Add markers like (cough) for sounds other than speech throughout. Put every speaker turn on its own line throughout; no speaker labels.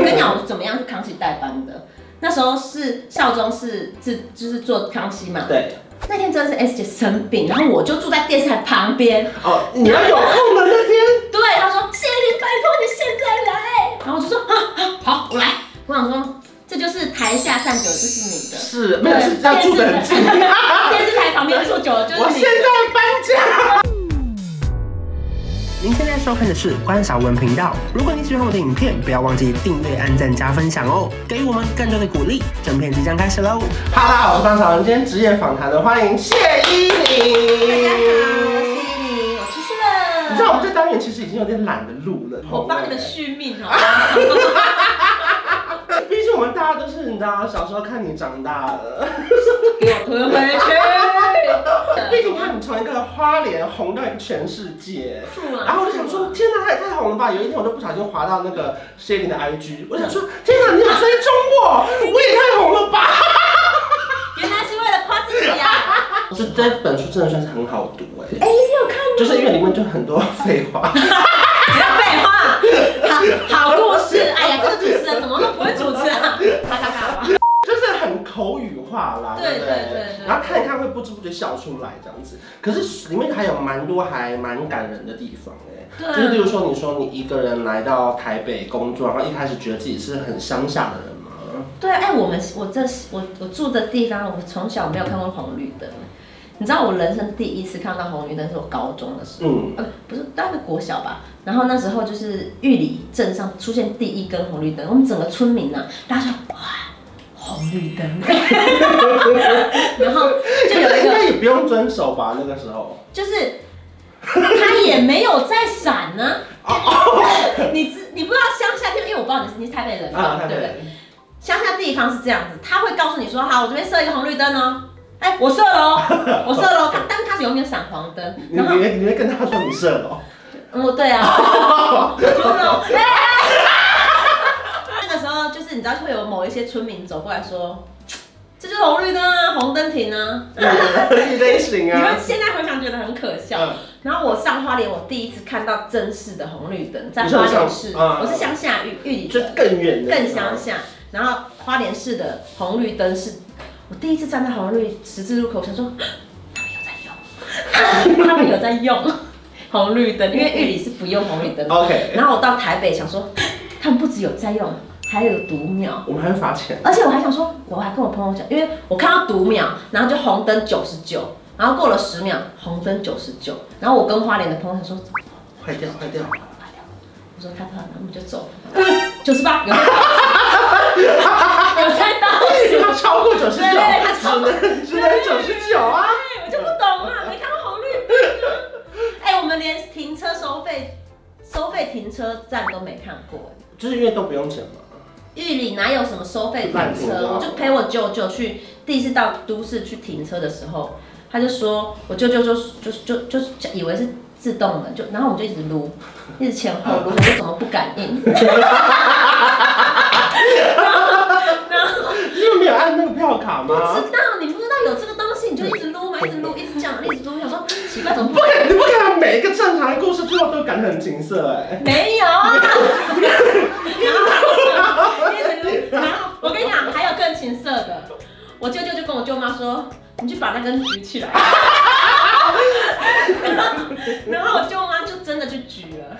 我是怎么样去康熙代班的。那时候是少中是是就是做康熙嘛，
对，
那天真的是 S 姐生病，然后我就住在电视台旁边。
哦，你要有空的那天，
对，她说谢玲，拜托你现在来。然后我就说啊啊好，我来。我想说这就是台下站久了就是你的，
是没有是要住的很 (laughs) 近。
电视台旁边坐久了就
我
是
现
你。
在搬家。您现在收看的是关少文频道。如果你喜欢我的影片，不要忘记订阅、按赞、加分享哦，给予我们更多的鼓励。整片即将开始喽！哈喽，我是关少文，今天职业访谈的，欢迎谢依
大家好，
宁。
谢玲，我出去
你知道我
了。
们这单元其实已经有点懒得录了，
我帮你们续命好吗？
毕竟我们大家都是你知道，小时候看你长大的。
给我吞回去。
(laughs) 毕竟看你从一个花莲红到一个全世界。
吐了
然后我就想说，，天哪，他也太红了吧！有一天我就不小心滑到那个 s h e l y 的 IG，我想说，天哪，你有追踪
(laughs)
我，我也太红了吧！
原来是为了夸自己啊！
就这本书真的算是很好读哎、
哎，你有看吗？
就是因为里面就很多废话，
不要废话，好好故事。哎呀，这个主持人怎么那么不会主持
(laughs)
啊？咔咔咔吧。
(laughs) 就是很口语化啦，
对
不
对对对
然后看一看会不知不觉笑出来这样子，可是里面还有蛮多还蛮感人的地方哎、
对
就是例如说，你说你一个人来到台北工作，然后一开始觉得自己是很乡下的人吗？
对，哎，我们我这我我住的地方，我从小没有看过红绿灯。你知道我人生第一次看到红绿灯是我高中的时候。
嗯，
呃，不是，大概国小吧。然后那时候就是玉里镇上出现第一根红绿灯，我们整个村民呢、大家说哇，红绿灯， (laughs) 然后就有一个
应该也不用遵守吧，那个时候。
就是他也没有在闪呢、 (laughs) 你知你不知道乡下地方，因为我不知道你是你是台北人嘛，
啊，
对
对
不对？
对。
乡下地方是这样子，他会告诉你说，好，我这边设一个红绿灯哦。哎、我射了哦，我射了哦，他但他永远闪黄灯，
你
然后
你你会跟他说你射了哦？
嗯，我对啊，我说了，哎 (laughs) 那个时候就是你知道会有某一些村民走过来说，这就是红绿灯啊，红灯停啊。
(laughs) 一类型
你们
啊。
现在回想觉得很可笑。
嗯
然后我上花莲，我第一次看到真式的红绿灯，在
你说
花莲
像
市，
嗯
我是乡下玉玉里
就
的
更远的，
更乡。下，然后花莲市的红绿灯是，我第一次站在红绿十字路口，我想说 (gasps) 他们有在用，他们有在用 (laughs) 红绿灯，因为玉里是不用红绿灯的。
OK，
然后我到台北想说， (gasps) 他们不只有在用，还有读秒。
我们还会罚钱。
而且我还想说，我还跟我朋友讲，因为我看到读秒，然后就红灯九十九，然后过了十秒，红灯九十九，然后我跟花莲的朋友说，
坏掉，坏掉！
我说他怕，然后我们就走，嗯九十八，有在倒数有在倒数，
他超过九十
对
九，
对他
只
超
能只能九十九啊！
对，我就不懂啊，没看到红绿灯啊。哎，我们连停车收费、收费停车站都没看过。
就是因为都不用钱嘛。
玉里哪有什么收费停
烂停
车？
啊
我就陪我舅舅去第一次到都市去停车的时候，他就说，我舅舅就就就就就以为是自动门，就然后我们就一直撸，一直前后撸，我就怎么不感应？
因为没有按那个票卡
不
吗？
知道你不知道有这个东西，你就一直撸嘛，一直撸，一直这样，一直撸，想说奇怪怎么
不
不感
可，你不可能每一个正常的故事最后都感得很情色哎。
应？没有啊。然后，然后我跟你讲，还有更情色的，我舅舅就跟我舅妈说，你去把那根举起来。然后，然后我舅妈就真的去举了，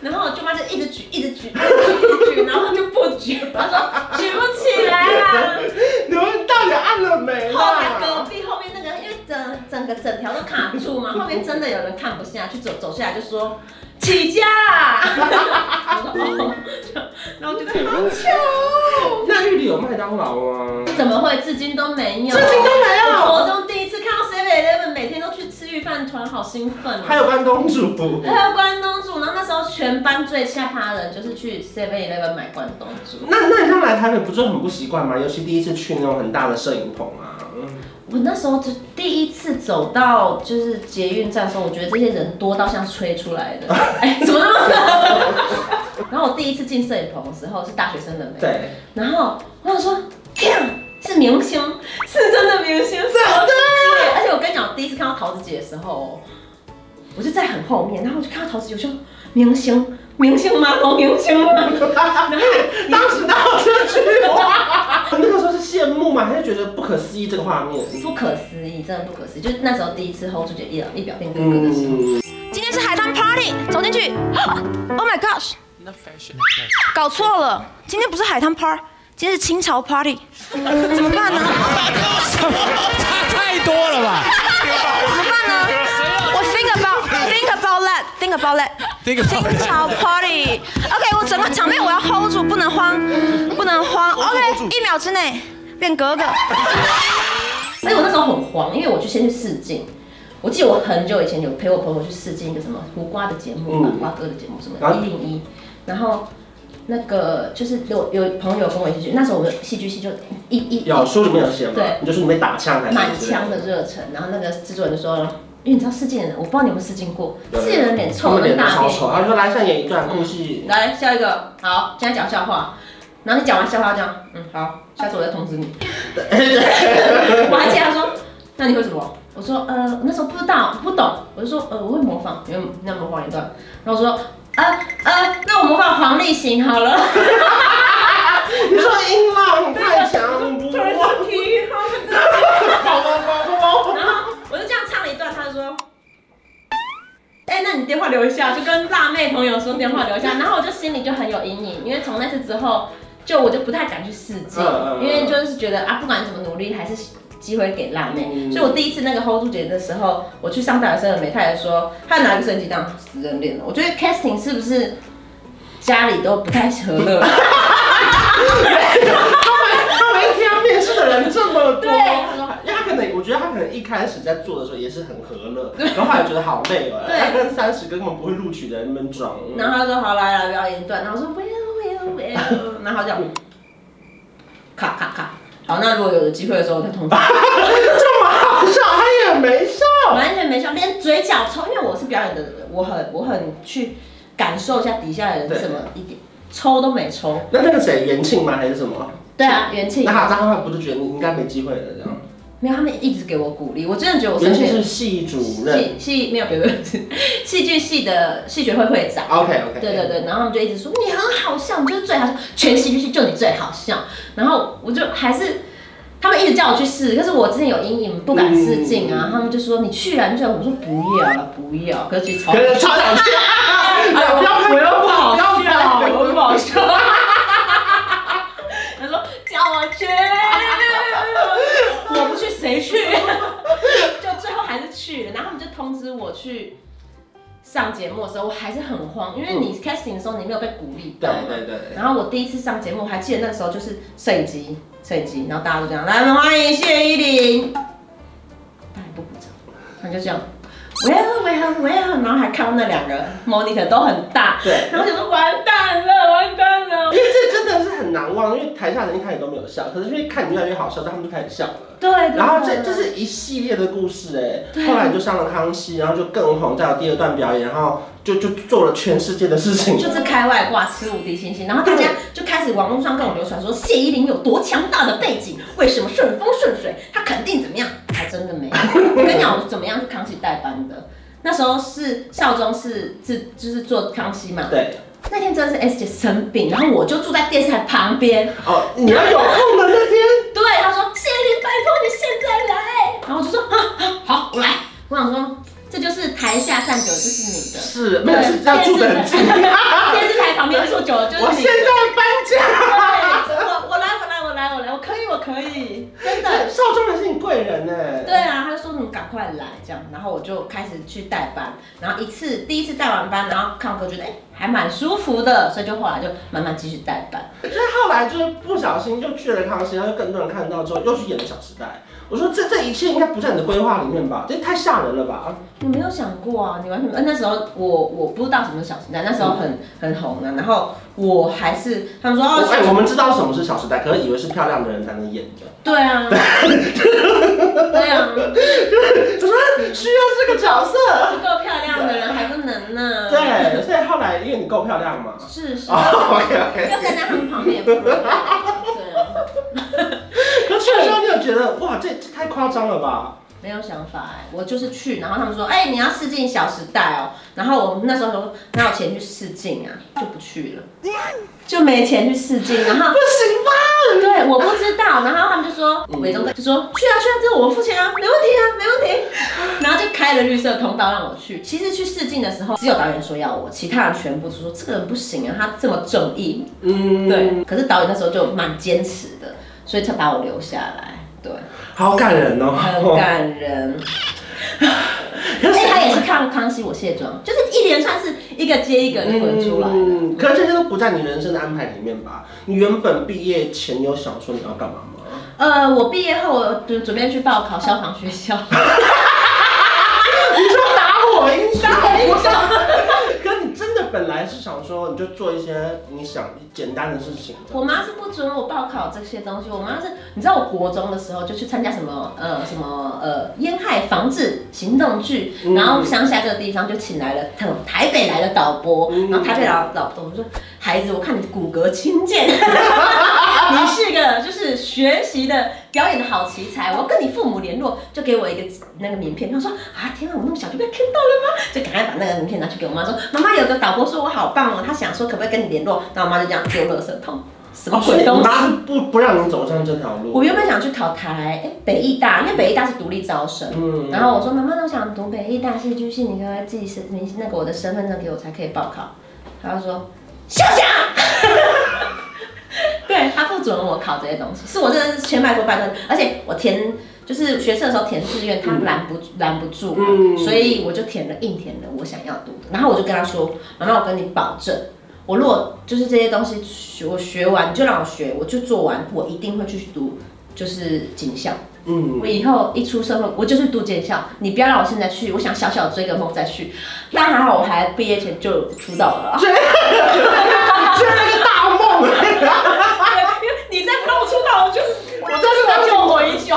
然后我舅妈就一直举，一直举，一直举，一直举，然后就不举，她说举不起来啦。
你们到底按了没啊
后来隔
啦？
壁后面那个，因为整整个整条都卡住 (laughs) 嘛，后面真的有人看不下去，走走下来就说起价啦。我说哦， (laughs) 然后我觉得好巧哦，
那玉里有麦当劳吗？
怎么会至今都没有？
至今都没有
我国中第一次看到 Seven Eleven，每天都去吃御饭团，好兴奋
还
哦。
有关东煮。
还有关东煮，然后那时候全班最下趴的人就是去 Seven Eleven 买关东煮。
那那你刚来台北不是很不习惯吗？尤其第一次去那种很大的摄影棚啊，
我那时候就第一次走到就是捷运站的时候，我觉得这些人多到像吹出来的，哎、怎么那么少？然后我第一次进摄影棚的时候是大学生的美， (laughs)
对，
然后我想说，天，是明星，是真的明星，是对。而且我跟你讲，我第一次看到桃子姐的时候，我就在很后面，然后我就看哦
嗯
到桃子姐，我就说明星，明星吗？同明星吗？然后
当时到底啊 (laughs) 可思议这个画面。
不可思议，真的不可思议。就是那时候第一次 hold 住姐一一表变哥哥的时候，
嗯，
今天是海滩 party，走进去。Oh (gasps) my gosh！搞错了，今天不是海滩 party，今天是清朝 party，怎
(laughs)
么办呢？
差太多了吧？
怎么办呢？我 think about think about that think about that
Think about that
清朝 party。OK，我整个场面我要 hold 住，不能慌，不能慌。OK，一秒之内变格格。
而且我那时候很慌，因为我去先去试镜。我记得我很久以前有陪我朋友去试镜一个什么胡瓜的节目吧
嗯，
瓜哥的节目什么
然后
一零一，然后那个就是有有朋友跟我一起去，那时候我们戏剧系就一一
有书里面有写嘛？
对
你就说你被打枪还是
满腔的热忱，然后那个制作人就说，因为你知道试镜人，我不知道你有没有试镜过，试镜人脸
我
臭
们
跟
脸都
大
超
便，
丑。他说来上演一
(laughs)
段故事， (laughs)
来下一个，好，现在讲笑话，然后你讲完笑话这样，嗯，好，下次我再通知你。 (laughs) 我还记得他说，那你会什么？我说，呃，我那时候不知道，不懂，我就说，呃，我会模仿，你会那模仿一段，然后我说，呃呃，那我模仿黄立行好了。
你说音浪太强，不
突然
过
说皮好
宝宝 (laughs) 宝宝，
然后我就这样唱了一段，他就说：“哎、那你电话留一下。”就跟辣妹朋友说电话留一下，然后我就心里就很有阴影，因为从那次之后，就我就不太敢去试镜，
嗯嗯嗯
因为就是觉得啊，不管怎么努力，还是机会给辣妹。
嗯
所以我第一次那个 hold 住姐的时候，我去上大学生的美，她也说她拿个升级当死人脸了。我觉得 casting 是不是家里都不太合乐？
他每天面试的人这么多，
对
因为他可能，我觉得他可能一开始在做的时候也是很和乐，然后后来觉得好累哦，
对
他跟三十根本不会录取的人们装，
然后他说好来来表演一段，然后我说不要不要不要，然后这样，咔咔咔。好，那如果有机会的时候我再通知你。
这么好笑，他也没笑，
完全没笑，连嘴角抽，因为我是表演的人，我很我很去感受一下底下的人
对
什么一点抽都没抽。
那那个谁元庆吗还是什么？
对啊，元庆
那他他不是觉得你应该没机会了这样？
没有，他们一直给我鼓励，我真的觉得我
元
身
庆
边
是系主任
戏戏没有别的戏剧系的戏学会会长。
，OK OK，
对对对，然后他们就一直说你很好笑，你就是最好笑，全戏剧系就你最好笑。然后我就还是，他们一直叫我去试，可是我之前有阴影，不敢试镜啊。他们就说你去啊，你去啊，我说不要啊，不要。可是其实超
可能超
(laughs)
想笑，哎不要拍
我又不好
不要
笑，
拍
我又不好笑。他说叫我去，我不去谁去？ (laughs) 就最后还是去了，然后他们就通知我去上节目的时候，我还是很慌，因为你 casting 的时候你没有被鼓励到
对
嘛。
对对，
然后我第一次上节目，我还记得那时候就是摄影机，摄影机，然后大家都这样，来，我们欢迎谢依霖，他也不鼓掌，他就这样，喂喂喂，然后还看到那两个 monitor 都很大，
对
然后就说完蛋了，完蛋了
因，为这真的是很难忘，因为台下人一开始都没有笑，可是因为看你越来越好笑，他们就开始笑了。
对，对
然后这
对
这是一系列的故事哎，后来你就上了康熙，然后就更红，再有第二段表演，然后就就做了全世界的事情。
就是开外挂吃无敌星星，然后大家
嗯
就开始网络上跟我流传说谢依霖有多强大的背景，为什么顺风顺水，她肯定怎么样，还真的没
(laughs)
有。我跟你讲，我是怎么样去康熙代班的？那时候是少中是是就是做康熙嘛，
对
那天真的是 S 姐生病，然后我就住在电视台旁边，
哦，你要有空的那天，
对，他说谢依霖，拜托你现在来，然后我就说啊啊好，我来，我想说这就是台下站久了就是你的。
是没有是要住的很近。
电视台旁边坐久了就是你的。
我现在搬家。
对，我我来我来我来我来，我可以我可以，真 (laughs) 的。
少壮人是你贵人哎。
对啊，他就说你赶快来这样，然后我就开始去代班，然后一次第一次代完班，然后康哥觉得哎、还蛮舒服的，所以就后来就慢慢继续代班。
所以后来就是不小心就去了康熙，然后就更多人看到之后又去演了《小时代》。我说这这一切应该不在你的规划里面吧？这太吓人了吧？
你没有想过啊，你完全没有。那时候我我不知道什么是小时代，那时候很很红啊，然后我还是他们说
我
哦，
哎，我们知道什么是《小时代》，可是以为是漂亮的人才能演的。
对啊，对啊，
怎么需要这个角色？
不够漂亮的人还不能 (laughs) 呢。
对，所以后来因为你够漂亮嘛。
是是。 (laughs)
哦，OK OK。
要站在他们旁边也不能。 (laughs) 对啊。
可去的时候你有觉得哇，这这太夸张了吧？
没有想法哎、我就是去，然后他们说，哎、你要试镜《小时代》哦，然后我们那时候说哪有钱去试镜啊，就不去了，就没钱去试镜，然后 (laughs)
不行吧？
对，我不知道，然后他们就说伟忠就说去啊去啊，这个我付钱啊，没问题啊，没问题。然后就开了绿色通道让我去。其实去试镜的时候，只有导演说要我，其他人全部都说这个人不行啊，他这么正义。
嗯，
对，，可是导演那时候就蛮坚持的，所以才把我留下来。对，
好感人哦，
很感人。
可
而
是
且他也是看《康熙我卸妆》，就是一连串是一个接一个的滚出来的。
嗯，可是这些都不在你人生的安排里面吧？你原本毕业前有想说你要干嘛吗？
呃，我毕业后我就准备去报考消防学校，
你说打火英雄，
打火英雄
可你真的本来是想说，你就做一些你想简单的事情。
我妈是不准我报考这些东西，我妈是，你知道我国中的时候就去参加什么呃什么呃烟害防治行动剧，
嗯
然后乡下这个地方就请来了台台北来的导播，
嗯
然后台北老导播说孩子，我看你骨骼清健， (laughs) 你是个就是学习的表演的好奇才，我要跟你父母联络，就给我一个那个名片，他说啊天啊，我那么小就被骗到了吗？就赶快把那个名片拿去给我妈说，妈妈有个导播说我好棒哦，他想说可不可以跟你联络，然后我妈就这样丢垃圾桶。什么
所以
鬼
你
东西？
哦妈是不不让你走上这条路。
我原本想去考台、哎北艺大，因为北艺大是独立招生。
嗯
然后我说妈妈，那我想读北艺大戏剧系，你可不可以自己身你那个我的身份证给我才可以报考？她就说笑笑，对她不准我考这些东西，是我真的是千拜托拜托，而且我填就是学测的时候填志愿，他拦不拦不住嘛，
嗯
所以我就填了硬填了我想要读的，然后我就跟他说，妈妈，我跟你保证。我如果就是这些东西学我学完，你就让我学，我就做完，我一定会去读，就是警校。
嗯
我，以后一出社会，我就是读警校。你不要让我现在去，我想小小追个梦再去。但还好，我还毕业前就出道了啊。
居然那个大梦，
因为你再不让我出道，我就我就是来救我一宿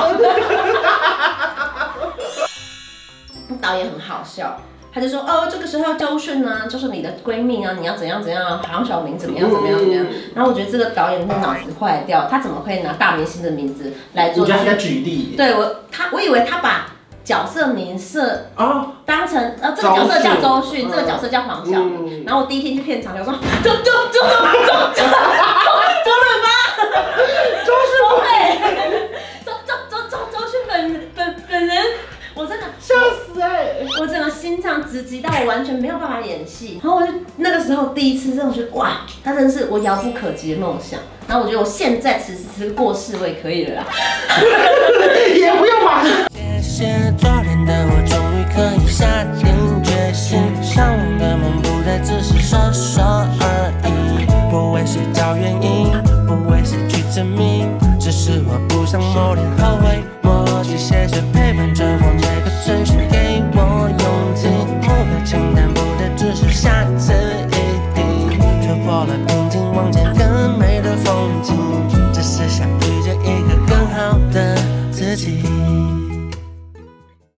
导演很好笑，他就说：“哦，这个时候周迅啊，就是你的闺蜜啊，你要怎样怎样啊，黄晓明怎么样怎么样怎么样。
嗯
然后我觉得这个导演的脑子坏掉，他怎么会拿大明星的名字来
你
做剧
家在举例
对我，他我以为他把角色名设
啊？
当成呃，这个角色叫周迅，
嗯
这个角色叫黄晓
嗯
明。然后我第一天去片场，就说周周周周周周周周润发，周是会，周周周周周迅本本本人，我真的
笑死哎！
我整个心脏直击到我完全没有办法演戏，然后我就那个时候第一次真的觉得哇，他真的是我遥不可及的梦想。然后我觉得我现在此时此刻过世我也可以了啦。
也不用吧。
谢谢昨天的我，终于可以下定决心，向往的梦不再只是说说而已。不为谁找原因，不为谁去证明，只是我不想某天后悔。默契谢谢陪伴着我